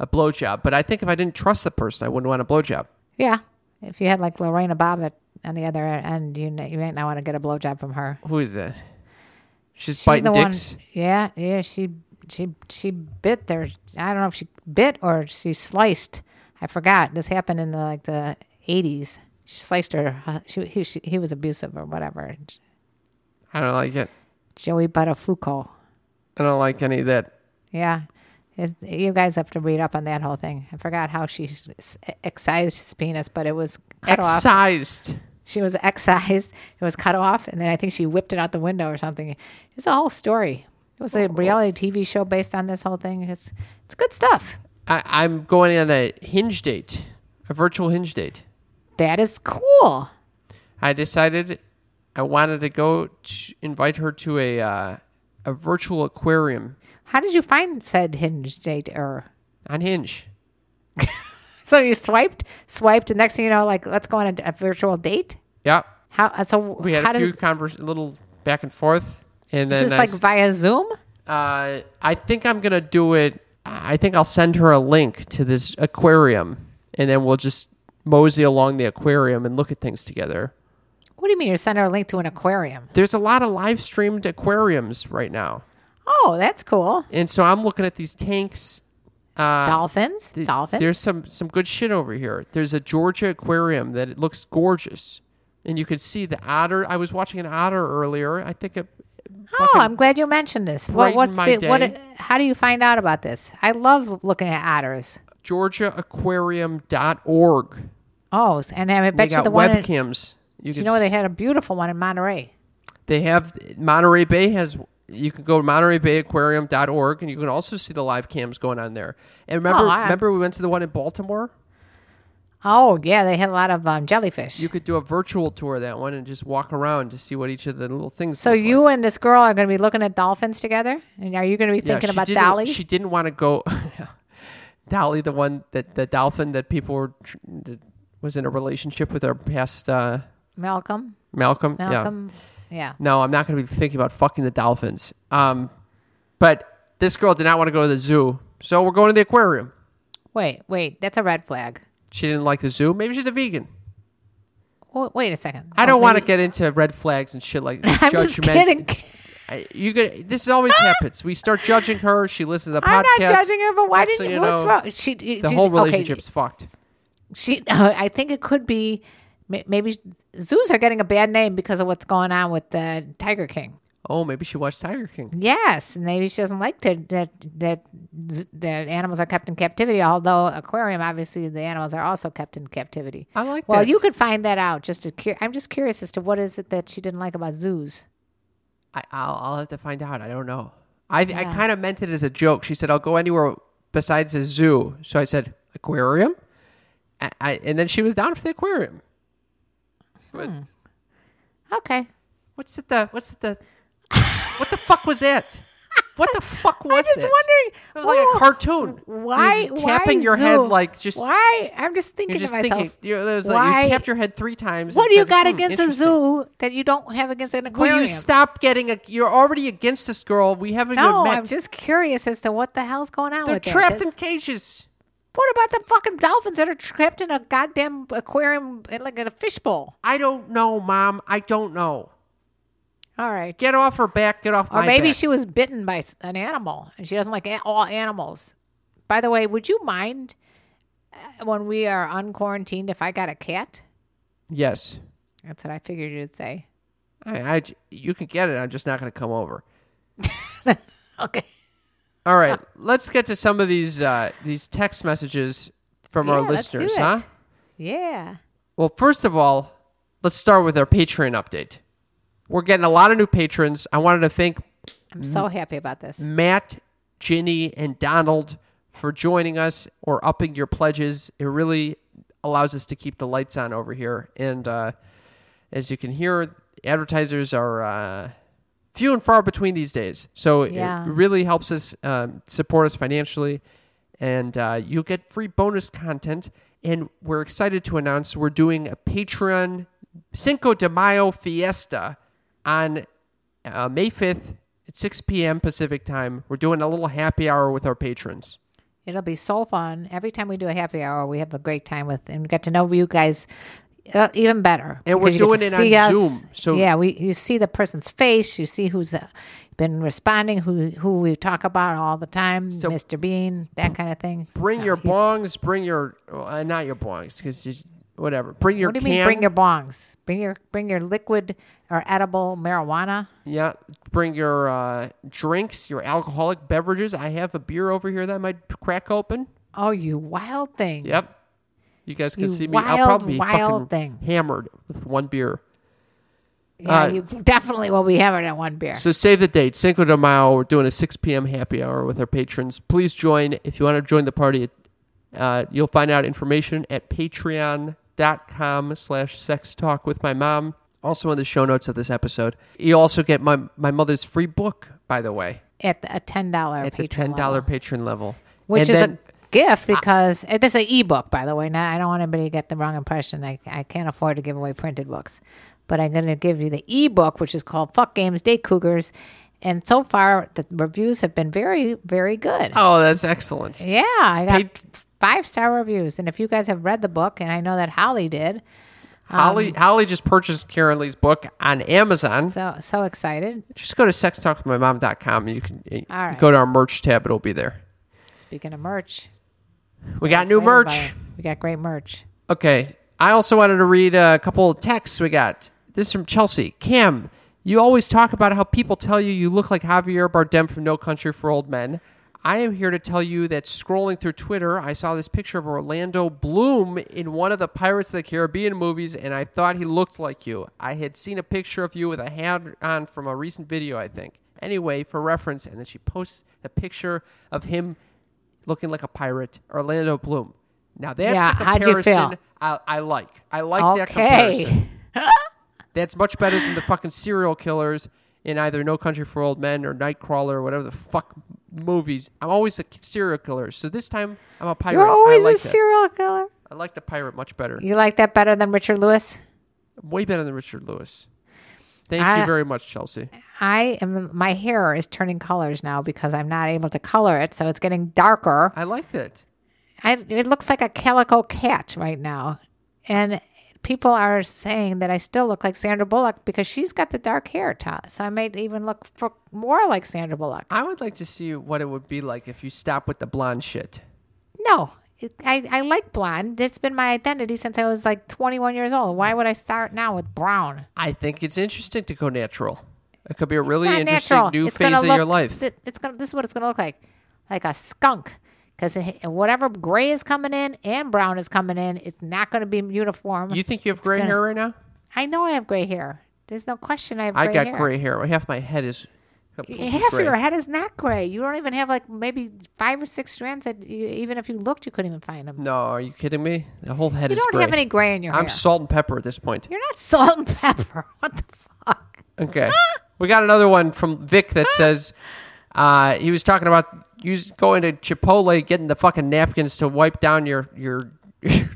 a blowjob, but I think if I didn't trust the person, I wouldn't want a blowjob.
Yeah. If you had like Lorena Bobbitt on the other end, you n- you might not want to get a blowjob from her.
Who is that? She's,
She's
biting
the
dicks.
one. Yeah, yeah. She she she bit their. I don't know if she bit or she sliced. I forgot. This happened in the, like the eighties. She sliced her. hu- She he she, he was abusive or whatever.
I don't like it.
Joey Buttafuoco.
I don't like any of that.
Yeah. It, you guys have to read up on that whole thing. I forgot how she s- excised his penis, but it was cut off.
Excised.
She was excised. It was cut off, and then I think she whipped it out the window or something. It's a whole story. It was
Oh.
a reality TV show based on this whole thing. It's it's good stuff.
I, I'm going on a hinge date, a virtual hinge date.
That is cool.
I decided I wanted to go to invite her to a uh, a virtual aquarium
How did you find said hinge date? Or
on Hinge.
so you swiped, swiped, and next thing you know, like let's go on a, a virtual date.
Yeah,
How uh, so?
we had
how
a few
does
convers, little back and forth, and
is
then
this
I,
like
s-
via Zoom?
uh, I think I'm gonna do it. I think I'll send her a link to this aquarium, and then we'll just mosey along the aquarium and look at things together.
What do you mean? You're sending her a link to an aquarium?
There's a lot of live streamed aquariums right now,
Oh, that's cool.
and so I'm looking at these tanks. Uh,
Dolphins,
Th-
dolphins.
There's some some good shit over here. There's a Georgia aquarium that it looks gorgeous, and you can see the otter. I was watching an otter earlier. I think it.
Oh, I'm glad you mentioned this. What,
brightened
what's
my
the what?
day.
How do you find out about this? I love looking at otters.
GeorgiaAquarium.org.
Oh, s- and I
They
bet you
got
the one. in-
webcams. you
you
can
know, they
s-
had a beautiful one in Monterey.
they have Monterey Bay has. You can go to MontereyBayAquarium.org, and you can also see the live cams going on there. And remember,
Oh, I-
remember we went to the one in Baltimore.
Oh yeah, they had a lot of um, jellyfish.
You could do a virtual tour of that one and just walk around to see what each of the little things.
so
look like.
you and this girl are going to be looking at dolphins together, and are you going to be thinking
she
about
didn't-
Dolly?
She didn't want to go. (laughs) Dolly, the one that the dolphin that people were tr- that was in a relationship with our past uh,
Malcolm,
Malcolm.
Malcolm, yeah.
Yeah. No, I'm not going to be thinking about fucking the dolphins. Um, but this girl did not want to go to the zoo, so we're going to the aquarium.
Wait, wait, that's a red flag.
She didn't like the zoo. Maybe she's a vegan.
Wait, wait a second.
I
Oh,
don't want to
maybe-
get into red flags and shit like
(laughs) I'm just
judgment-
kidding.
I- you could, this always
(laughs)
happens. We start judging her. She listens to the
I'm
podcast.
not judging her, but why
Next
didn't
thing
you?
you
what's
know,
wrong? She,
The whole relationship's fucked.
She, (laughs) I think it could be ma- maybe zoos are getting a bad name because of what's going on with the Tiger King.
Oh, maybe she watched Tiger King.
Yes, and maybe she doesn't like that that that z- that animals are kept in captivity. Although aquarium, obviously, the animals are also kept in captivity.
I like
Well,
that.
you could find that out. Just to cur- I'm just curious as to what is it that she didn't like about zoos.
I, I'll, I'll have to find out. I don't know. I I kind of meant it as a joke. She said, "I'll go anywhere besides a zoo. So I said, aquarium? I, I, and then she was down for the aquarium. But
Okay.
What's it the, what's it the, what the fuck was that? What the fuck was
(laughs) I'm just
that?
wondering.
It was like a
whoa,
cartoon. You're
Why?
just tapping
why
your head
zoo?
like just.
Why? I'm just thinking
You're just
to myself.
thinking. You're, it was like
why-
you tapped your head three times. and
what do you
said,
got
"Hmm,
against a
interesting."
zoo that you don't have against an
Will
aquarium?
you stop getting a? You're already against this girl. We haven't
no,
even met.
I'm just curious as to what the hell's going on
They're
with that.
trapped
That's-
in cages.
What about the fucking dolphins that are trapped in a goddamn aquarium, in like in a fishbowl?
I don't know, mom. I don't know.
All right.
Get off her back. Get off
Or
my
maybe
back.
she was bitten by s- an animal and she doesn't like a- all animals. By the way, would you mind uh, when we are unquarantined if I got a cat?
Yes,
That's what I figured you'd say.
I, I. You can get it. I'm just not going to come over.
Okay.
All right, let's get to some of these uh, these text messages from our
Yeah, let's do
listeners,
it.
huh?
Yeah.
Well, first of all, let's start with our Patreon update. We're getting a lot of new patrons. I wanted to thank Mm-hmm.
I'm so happy about this.
Matt, Ginny, and Donald for joining us or upping your pledges. It really allows us to keep the lights on over here. And uh, as you can hear, advertisers are uh, few and far between these days. So
Yeah.
it really helps us um, support us financially. And uh, you'll get free bonus content. And we're excited to announce we're doing a Patreon Cinco de Mayo fiesta on uh, May 5th at 6 p.m. Pacific time. We're doing a little happy hour with our patrons.
It'll be so fun. Every time we do a happy hour, we have a great time with and get to know you guys uh, even better.
And we're
because you
doing
get to
it on
see us.
Zoom, so-
yeah, we you see the person's face, you see who's uh, been responding, who who we talk about all the time, Mr. Bean, that kind of thing. Uh,
Bring
No,
your
he's-
bongs, bring your, uh, not your bongs, because whatever. Bring your
What do you
can.
mean? Bring your bongs. Bring your bring your liquid or edible marijuana.
yeah, bring your uh, drinks, your alcoholic beverages. I have a beer over here that I might crack open.
Oh, you wild thing!
Yep. You guys can
You
see me. I'll
wild,
probably be
wild
fucking
thing.
hammered with one beer.
Yeah,
uh,
you definitely will be having that one beer.
So save the date, Cinco de Mayo. We're doing a 6 p.m. happy hour with our patrons. Please join if you want to join the party. Uh, you'll find out information at patreon.com slash sex talk with my mom. Also in the show notes of this episode. You also get my, my mother's free book, by the way,
at the, a ten dollar
at the $10 patron level.
which
And
is
then-
a gift because uh, this is an ebook, by the way. Now I don't want anybody to get the wrong impression. I, I can't afford to give away printed books, but I'm going to give you the ebook, which is called "Fuck Games, Date Cougars," and so far the reviews have been very, very good.
Oh, that's excellent.
Yeah, I got
Paid-
five star reviews, and if you guys have read the book, and I know that Holly did, um,
Holly Holly just purchased Karen Lee's book on Amazon.
so so excited.
Just go to sextalkwithmymom.com and you can you
All right.
go to our merch tab. It'll be there.
Speaking of merch,
We got new
excited about
merch.
it. We got great merch.
Okay. I also wanted to read a couple of texts we got. This is from Chelsea. Cam, you always talk about how people tell you you look like Javier Bardem from No Country for Old Men. I am here to tell you that scrolling through Twitter, I saw this picture of Orlando Bloom in one of the Pirates of the Caribbean movies, and I thought he looked like you. I had seen a picture of you with a hat on from a recent video, I think. Anyway, for reference, and then she posts a picture of him looking like a pirate, Orlando Bloom. Now that's
Yeah,
a
how'd you feel?
comparison I, I like. I like that comparison.
(laughs) Okay,
That's much better than the fucking serial killers in either No Country for Old Men or Nightcrawler or whatever the fuck movies. I'm always a serial killer, so this time I'm a pirate.
you're always
I like
a serial killer.
That. I like the pirate much better.
You like that better than Richard Lewis?
Way better than Richard Lewis. Thank
I-
you very much, Chelsea.
I am my hair is turning colors now because I'm not able to color it, so it's getting darker.
I like that.
I, it looks like a calico cat right now, and people are saying that I still look like Sandra Bullock because she's got the dark hair, Todd. So I might even look for more like Sandra Bullock.
I would like to see what it would be like if you stop with the blonde shit.
No, it, I I like blonde. It's been my identity since I was like 21 years old. Why would I start now with brown?
I think it's interesting to go natural. It could be a really
not
interesting
natural.
new
It's
phase
gonna
of your
look-
life.
th- it's gonna. This is what it's gonna look like, like a skunk. Because whatever gray is coming in and brown is coming in, it's not going to be uniform.
you think you have gray hair right now?
I know I have gray hair. There's no question I have. Gray
I got
hair.
gray hair. Half my head is
Half
Gray.
your head is not gray. You don't even have like maybe five or six strands that you, even if you looked, you couldn't even find them.
No, are you kidding me? The whole head
you
is
don't
gray.
have any gray in your
I'm
hair.
salt and pepper at this point.
You're not salt and pepper. (laughs) What the fuck? (laughs)
Okay. we got another one from Vic that says uh, he was talking about you going to Chipotle, getting the fucking napkins to wipe down your your (laughs) your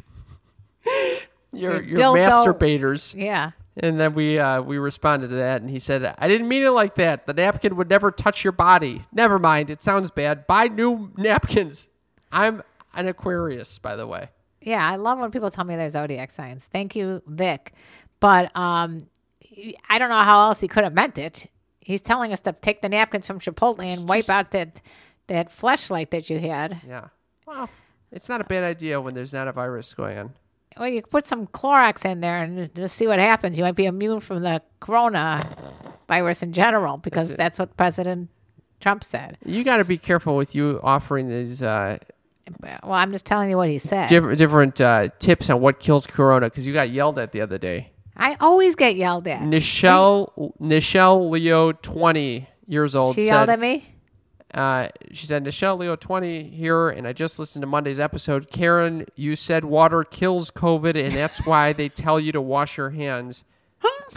your,
dildo.
masturbators.
Yeah.
And then we uh, we responded to that, and he said, "I didn't mean it like that. The napkin would never touch your body. Never mind. It sounds bad. Buy new napkins." I'm an Aquarius, by the way.
Yeah, I love when people tell me their zodiac signs. Thank you, Vic. But um, I don't know how else he could have meant it. He's telling us to take the napkins from Chipotle and wipe out that that fleshlight that you had.
Yeah. Well, it's not a bad idea when there's not a virus going on.
Well, you put some Clorox in there and just see what happens. You might be immune from the corona virus in general because that's, what President Trump said.
You got to be careful with you offering these uh,
Well, I'm just telling you what he said.
diff- different uh, tips on what kills corona because you got yelled at the other day.
I always get yelled at.
Nichelle, Nichelle Leo, 20 years old,
she
said,
yelled at me.
Uh, she said, Nichelle Leo 20 here, and I just listened to Monday's episode. Karen, you said water kills COVID, and that's why they tell you to wash your hands.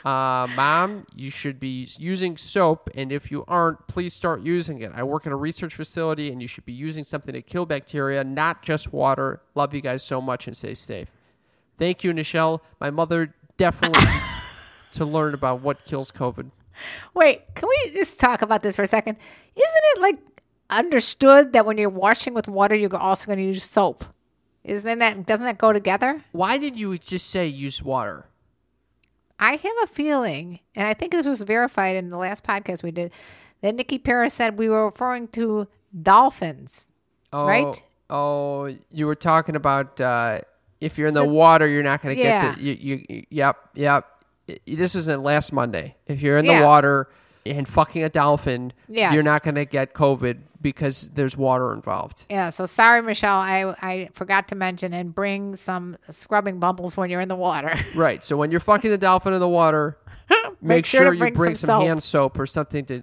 Uh, Mom, you should be using soap, and if you aren't, please start using it. I work at a research facility, and you should be using something to kill bacteria, not just water. Love you guys so much, and stay safe. Thank you, Nichelle. My mother definitely needs to learn about what kills COVID.
Wait, can we just talk about this for a second? Isn't it like understood that when you're washing with water, you're also going to use soap? Isn't that doesn't that go together?
Why did you just say use water?
I have a feeling, and I think this was verified in the last podcast we did, that Nikki Paris said we were referring to dolphins.
Oh,
right?
Oh, you were talking about uh, if you're in the, water, you're not going to
Yeah.
get the. You, you, you- yep, yep. I- This was in last Monday. If you're in
Yeah.
the water and fucking a dolphin,
Yes.
you're not going to get COVID because there's water involved.
Yeah, so sorry, Michelle, I, I forgot to mention and bring some scrubbing bubbles when you're in the water. (laughs)
Right. So when you're fucking the dolphin in the water, make,
Make sure
sure,
to
you
bring
bring,
some
some,
soap.
hand soap or something to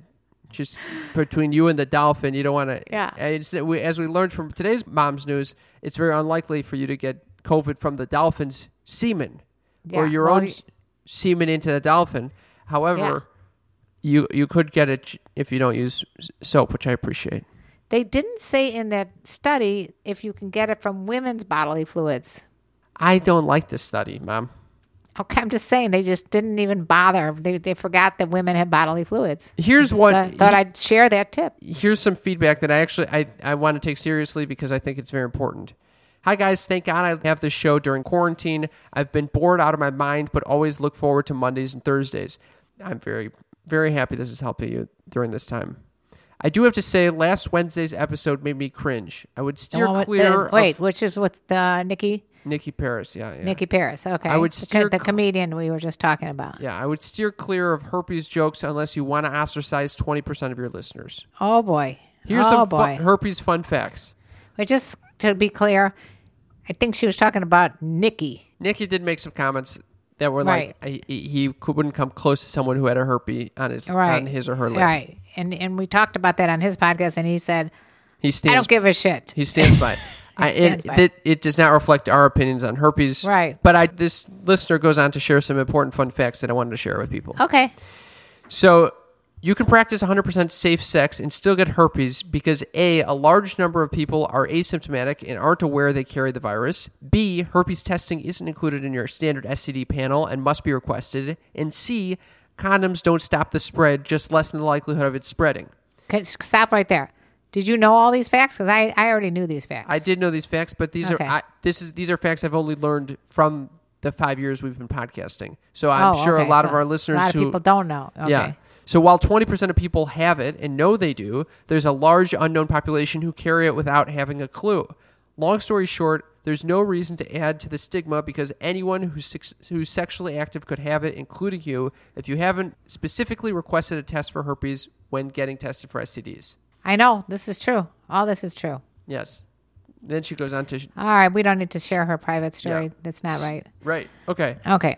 just between you and the dolphin. You don't want to.
Yeah.
It's, we, as we learned from today's mom's news, it's very unlikely for you to get COVID from the dolphin's semen or
Yeah,
your
well,
own
you-
s semen into the dolphin. However, you you could get it if you don't use s- soap, which I appreciate.
they didn't say in that study if you can get it from women's bodily fluids.
I don't like this study, mom.
Okay, I'm just saying they just didn't even bother. They, they forgot that women have bodily fluids.
Here's
But
what
I thought I'd share that tip.
here's some feedback that I actually I, I want to take seriously because I think it's very important. Hi guys, thank God I have this show during quarantine. I've been bored out of my mind, but always look forward to Mondays and Thursdays. I'm very very happy this is helping you during this time. I do have to say, last Wednesday's episode made me cringe. I would steer
Well, what-
clear.
there's- Oh, wait,
of
which is what's the Nikki
Nikki Paris. Yeah, yeah.
Nikki Paris? Okay,
I would
The co-
steer
the,
cl-
comedian we were just talking about.
Yeah, I would steer clear of herpes jokes unless you want to ostracize 20% of your listeners.
Oh boy,
Here's
oh
some
boy.
fun, herpes fun facts.
But just to be clear, I think she was talking about Nikki.
Nikki did make some comments that were
Right.
like I- he, he could- wouldn't come close to someone who had a herpes on his
Right.
on his or her lip.
Right. And and we talked about that on his podcast and he said,
He
I
stands.
don't give a shit.
he stands
(laughs)
by. It. I,
stands
it,
by it.
it, it does not reflect our opinions on herpes.
Right.
But I this listener goes on to share some important fun facts that I wanted to share with people.
Okay.
So you can practice 100% safe sex and still get herpes because A, a large number of people are asymptomatic and aren't aware they carry the virus. B, herpes testing isn't included in your standard STD panel and must be requested. And C, condoms don't stop the spread, just lessen the likelihood of it spreading.
Okay, Stop right there. Did you know all these facts? Because I, I already knew these facts.
I did know these facts, but these
Okay.
are I, this is these are facts I've only learned from the five years we've been podcasting. So I'm
Oh,
sure
okay,
a lot
so
of our listeners
A lot of
who
people don't know. Okay.
Yeah. So while 20% of people have it and know they do, there's a large unknown population who carry it without having a clue. Long story short, there's no reason to add to the stigma because anyone who's, sex- who's sexually active could have it, including you, if you haven't specifically requested a test for herpes when getting tested for STDs.
I know. This is true. All this is true.
Yes. Then she goes on to.
All right. We don't need to share her private story.
Yeah.
That's not right.
Right. Okay.
Okay.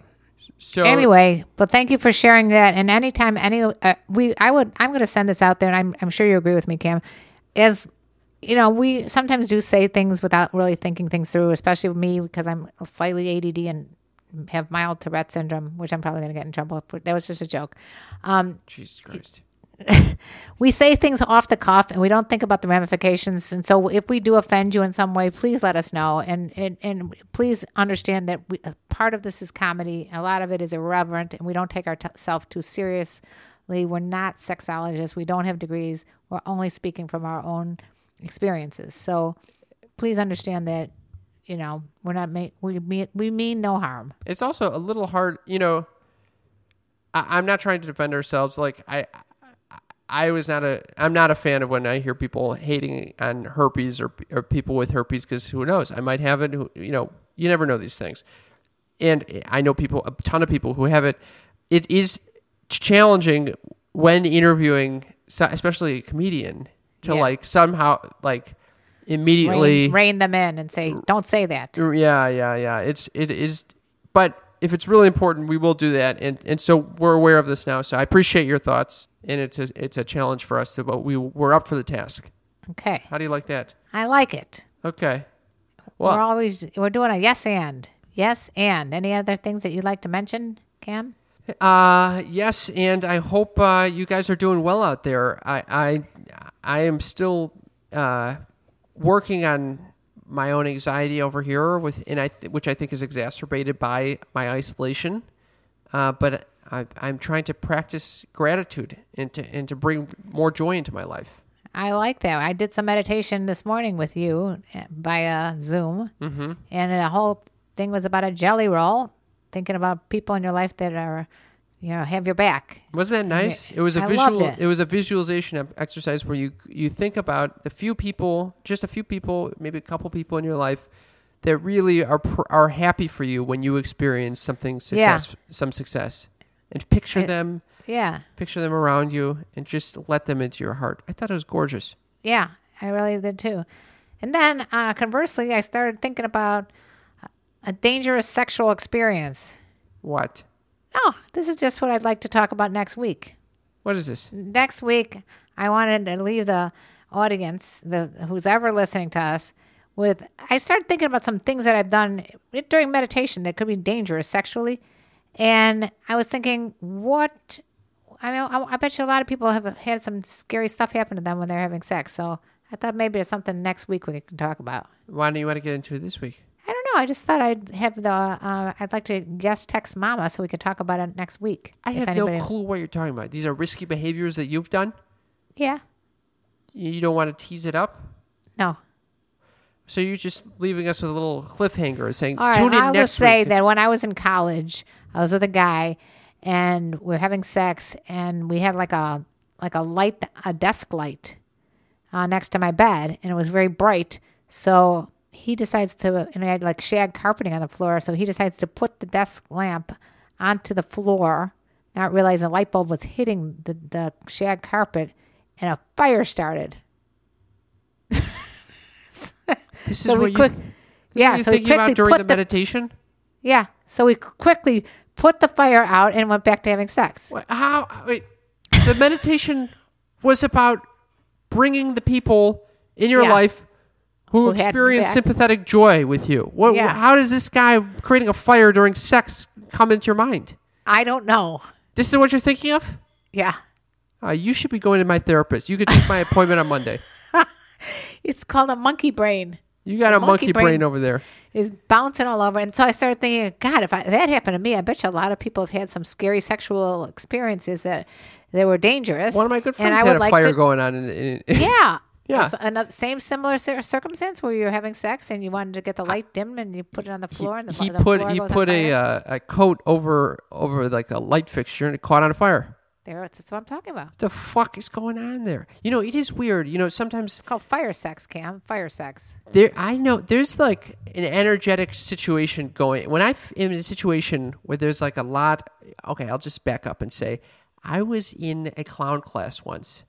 So
anyway, but thank you for sharing that. And anytime any uh, we, I would, I'm going to send this out there, and I'm, I'm sure you agree with me, Cam. As you know, we sometimes do say things without really thinking things through, especially with me because I'm slightly ADD and have mild Tourette syndrome, which I'm probably going to get in trouble. For. That was just a joke. Um,
Jesus Christ.
we say things off the cuff and we don't think about the ramifications. And so, if we do offend you in some way, please let us know. And and, and please understand that we, a part of this is comedy, a lot of it is irreverent, and we don't take ourselves too seriously. We're not sexologists. We don't have degrees. We're only speaking from our own experiences. So, please understand that you know we're not ma- we mean we mean no harm.
It's also a little hard, you know. I, I'm not trying to defend ourselves. Like I, I- I was not a. I'm not a fan of when I hear people hating on herpes or, or people with herpes because who knows? I might have it. Who, you know, you never know these things. And I know people, a ton of people who have it. It is challenging when interviewing, so- especially a comedian, to
Yeah.
like somehow like immediately
Rein, rein them in and say, don't say that.
yeah, yeah, yeah. It's it is, but if it's really important, we will do that. And and so we're aware of this now. So I appreciate your thoughts, and it's a it's a challenge for us. But we we're up for the task.
Okay,
How do you like that?
I like it.
Okay.
we're
Well,
always we're doing a yes and yes and any other things that you'd like to mention cam
uh, yes, and I hope uh, you guys are doing well out there. I I I am still uh, working on my own anxiety over here with and I which I think is exacerbated by my isolation. uh, but I, I'm trying to practice gratitude and to and to bring more joy into my life.
i like that i did some meditation this morning with you uh, via zoom mm-hmm. and the whole thing was about a jelly roll thinking about people in your life that are you know have your back
Wasn't that nice? It was a
I loved
visual.
it.
was a visualization ep- exercise where you you think about the few people, just a few people, maybe a couple people in your life that really are pr- are happy for you when you experience something success, some success, and picture them,
yeah
picture them around you, and just let them into your heart. I thought it was gorgeous.
Yeah, I really did too. And then uh, conversely, I started thinking about a dangerous sexual experience.
What?
Oh, this is just what I'd like to talk about next week.
What is this?
Next week, I wanted to leave the audience, the who's ever listening to us, with I started thinking about some things that I've done during meditation that could be dangerous sexually, and I was thinking, what? I know, I, I bet you a lot of people have had some scary stuff happen to them when they're having sex. So I thought maybe it's something next week we can talk about.
Why do you want to get into it this week?
I don't know. I just thought I'd have the. Uh, I'd like to guest text Mama so we could talk about it next week.
I
if
have no
anybody-
clue what you're talking about. These are risky behaviors that you've done.
Yeah.
You don't want to tease it up.
No.
So you're just leaving us with a little cliffhanger saying,
All right,
tune in
I'll
next
just say
week.
that when I was in college, I was with a guy, and we are having sex, and we had like a like a light, a desk light, uh, next to my bed, and it was very bright. So he decides to, and I had like shag carpeting on the floor, so he decides to put the desk lamp onto the floor, not realizing the light bulb was hitting the, the shag carpet, and a fire started.
this
So
is
we
what you,
quick,
this is what
yeah.
you're
So we
thinking
quickly
about during
put
the
the
meditation?
Yeah. So we quickly put the fire out and went back to having sex.
What, how? Wait,
(laughs)
the meditation was about bringing the people in your
Yeah.
life who,
had
experience
that.
sympathetic joy with you. What,
Yeah.
How does this guy creating a fire during sex come into your mind?
I don't know.
This is what you're thinking of?
Yeah.
Uh, you should be going to my therapist. You could take my appointment on Monday.
It's called a monkey brain.
You got a monkey,
(laughs) Monkey
brain.
brain.
over there.
It's bouncing all over. And so I started thinking, God, if I, that happened to me, I bet you a lot of people have had some scary sexual experiences that they were dangerous.
One of my good friends
and I
had
would
a
like
fire
to,
going on. In, in,
Yeah.
Yeah.
So Another same similar cir- circumstance where you were having sex and you wanted to get the light dimmed and you put it on the floor and the,
he
the
put
floor
he
goes on
put a
fire.
uh, a coat over over like a light fixture and it caught on fire.
there it's- that's what I'm talking about.
What the fuck is going on there? You know, it is weird. You know, sometimes
It's called fire sex, Cam. Fire sex.
there I know there's like an energetic situation going. When I f- am in a situation where there's like a lot, okay, I'll just back up and say, I was in a clown class once.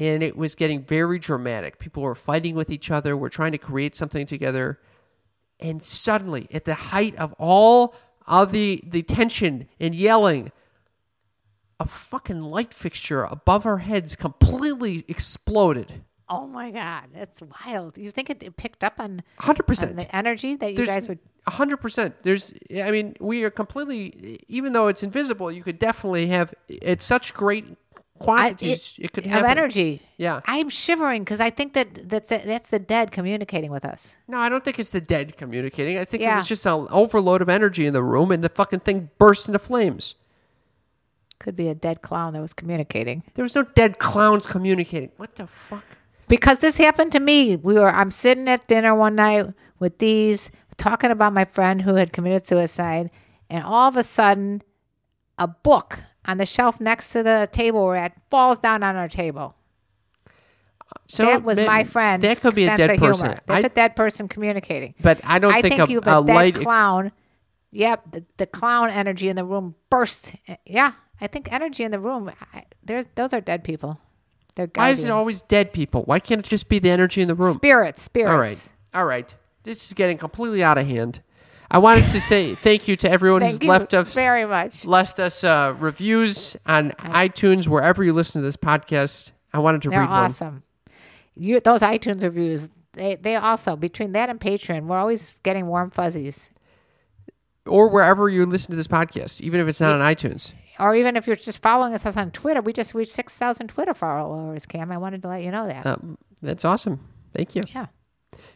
and it was getting very dramatic. People were fighting with each other, were trying to create something together. And suddenly, at the height of all all the the tension and yelling. A fucking light fixture above our heads completely exploded.
Oh my God, that's wild. You think it, it picked up on,
Hundred
on
percent.
the energy that you guys would?
hundred percent. There's, I mean, we are completely. Even though it's invisible, you could definitely have at such great quantities. it, could
of
have
energy.
Yeah.
I'm shivering because I think that that's the, that's the dead communicating with us.
No, I don't think it's the dead communicating. I think it
Yeah.
was just an overload of energy in the room, and the fucking thing burst into flames.
Could be a dead clown that was communicating.
There was no dead clowns communicating. What the fuck?
because this happened to me. We were I'm sitting at dinner one night with these talking about my friend who had committed suicide, and all of a sudden, a book on the shelf next to the table we're at falls down on our table.
So
that was
may-
my friend.
That could be a
sense
dead
of humor.
person.
That's
I-
a dead person communicating.
but I don't
I
think,
think,
a,
you,
a
but that
light. ex-
clown. Yep, the, the clown energy in the room burst. eh, Yeah, I think energy in the room. I, there's those are dead people. They're
why is
guardians.
it always dead people? Why can't it just be the energy in the room?
spirits? Spirits.
All right. All right. This is getting completely out of hand. I wanted to
(laughs)
say thank you to everyone
Thank
who's
you
left us
very much.
left us uh, reviews on iTunes wherever you listen to this podcast. I wanted to
They're
read
awesome. You those iTunes reviews. They they also between that and Patreon, we're always getting warm fuzzies.
one, or wherever you listen to this podcast, even if it's not on iTunes.
Or even if you're just following us on Twitter, we just reached six thousand Twitter followers. Cam, I wanted to let you know that.
Um, that's awesome. Thank you.
yeah,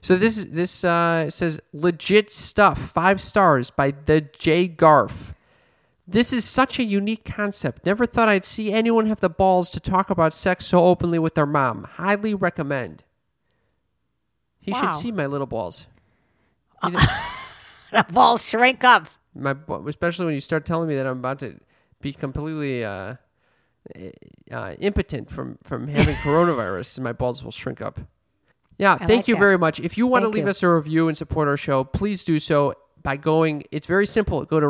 So this is this uh, says legit stuff, five stars by the J Garf. This is such a unique concept. Never thought I'd see anyone have the balls to talk about sex so openly with their mom. Highly recommend. He
Wow.
should see my little balls.
(laughs) the balls shrink up.
my bo- especially when you start telling me that I'm about to be completely uh, uh, impotent from from
(laughs)
having coronavirus, my balls will shrink up. Yeah, thank
like
you
that.
very much. If you want to
Thank
leave
you.
us a review and support our show, please do so by going it's very simple go to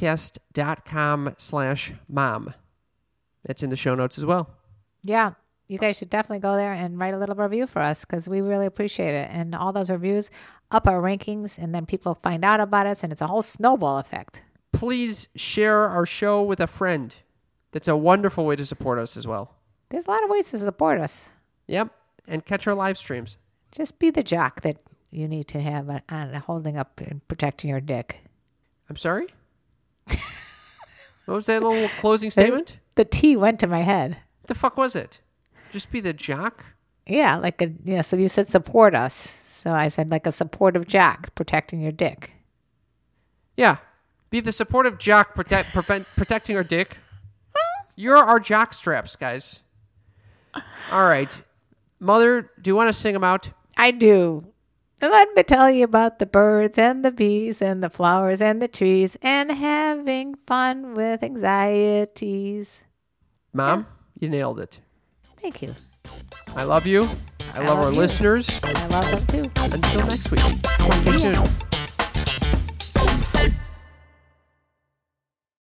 ratethispodcast.com slash mom that's in the show notes as well
Yeah, you guys should definitely go there and write a little review for us because we really appreciate it. And all those reviews up our rankings, and then people find out about us, and it's a whole snowball effect.
please share our show with a friend that's a wonderful way to support us as well
There's a lot of ways to support us.
yep and catch our live streams
Just be the jock that you need to have on, on holding up and protecting your dick.
I'm sorry? what was that little closing statement?
The T went to my head.
What the fuck was it? Just be the jock?
Yeah, like a yeah. So you said support us. So I said like a supportive jock protecting your dick.
Yeah. Be the supportive jock protect, prevent, protecting our dick. You're our jock straps, guys. All right. Mother, do you want to sing them out?
I do. And Let me tell you about the birds and the bees and the flowers and the trees and having fun with anxieties.
Mom, you nailed it.
Thank you.
I love you. I, love,
love
our
you.
listeners.
I love them too.
Until next week. Talk to you soon.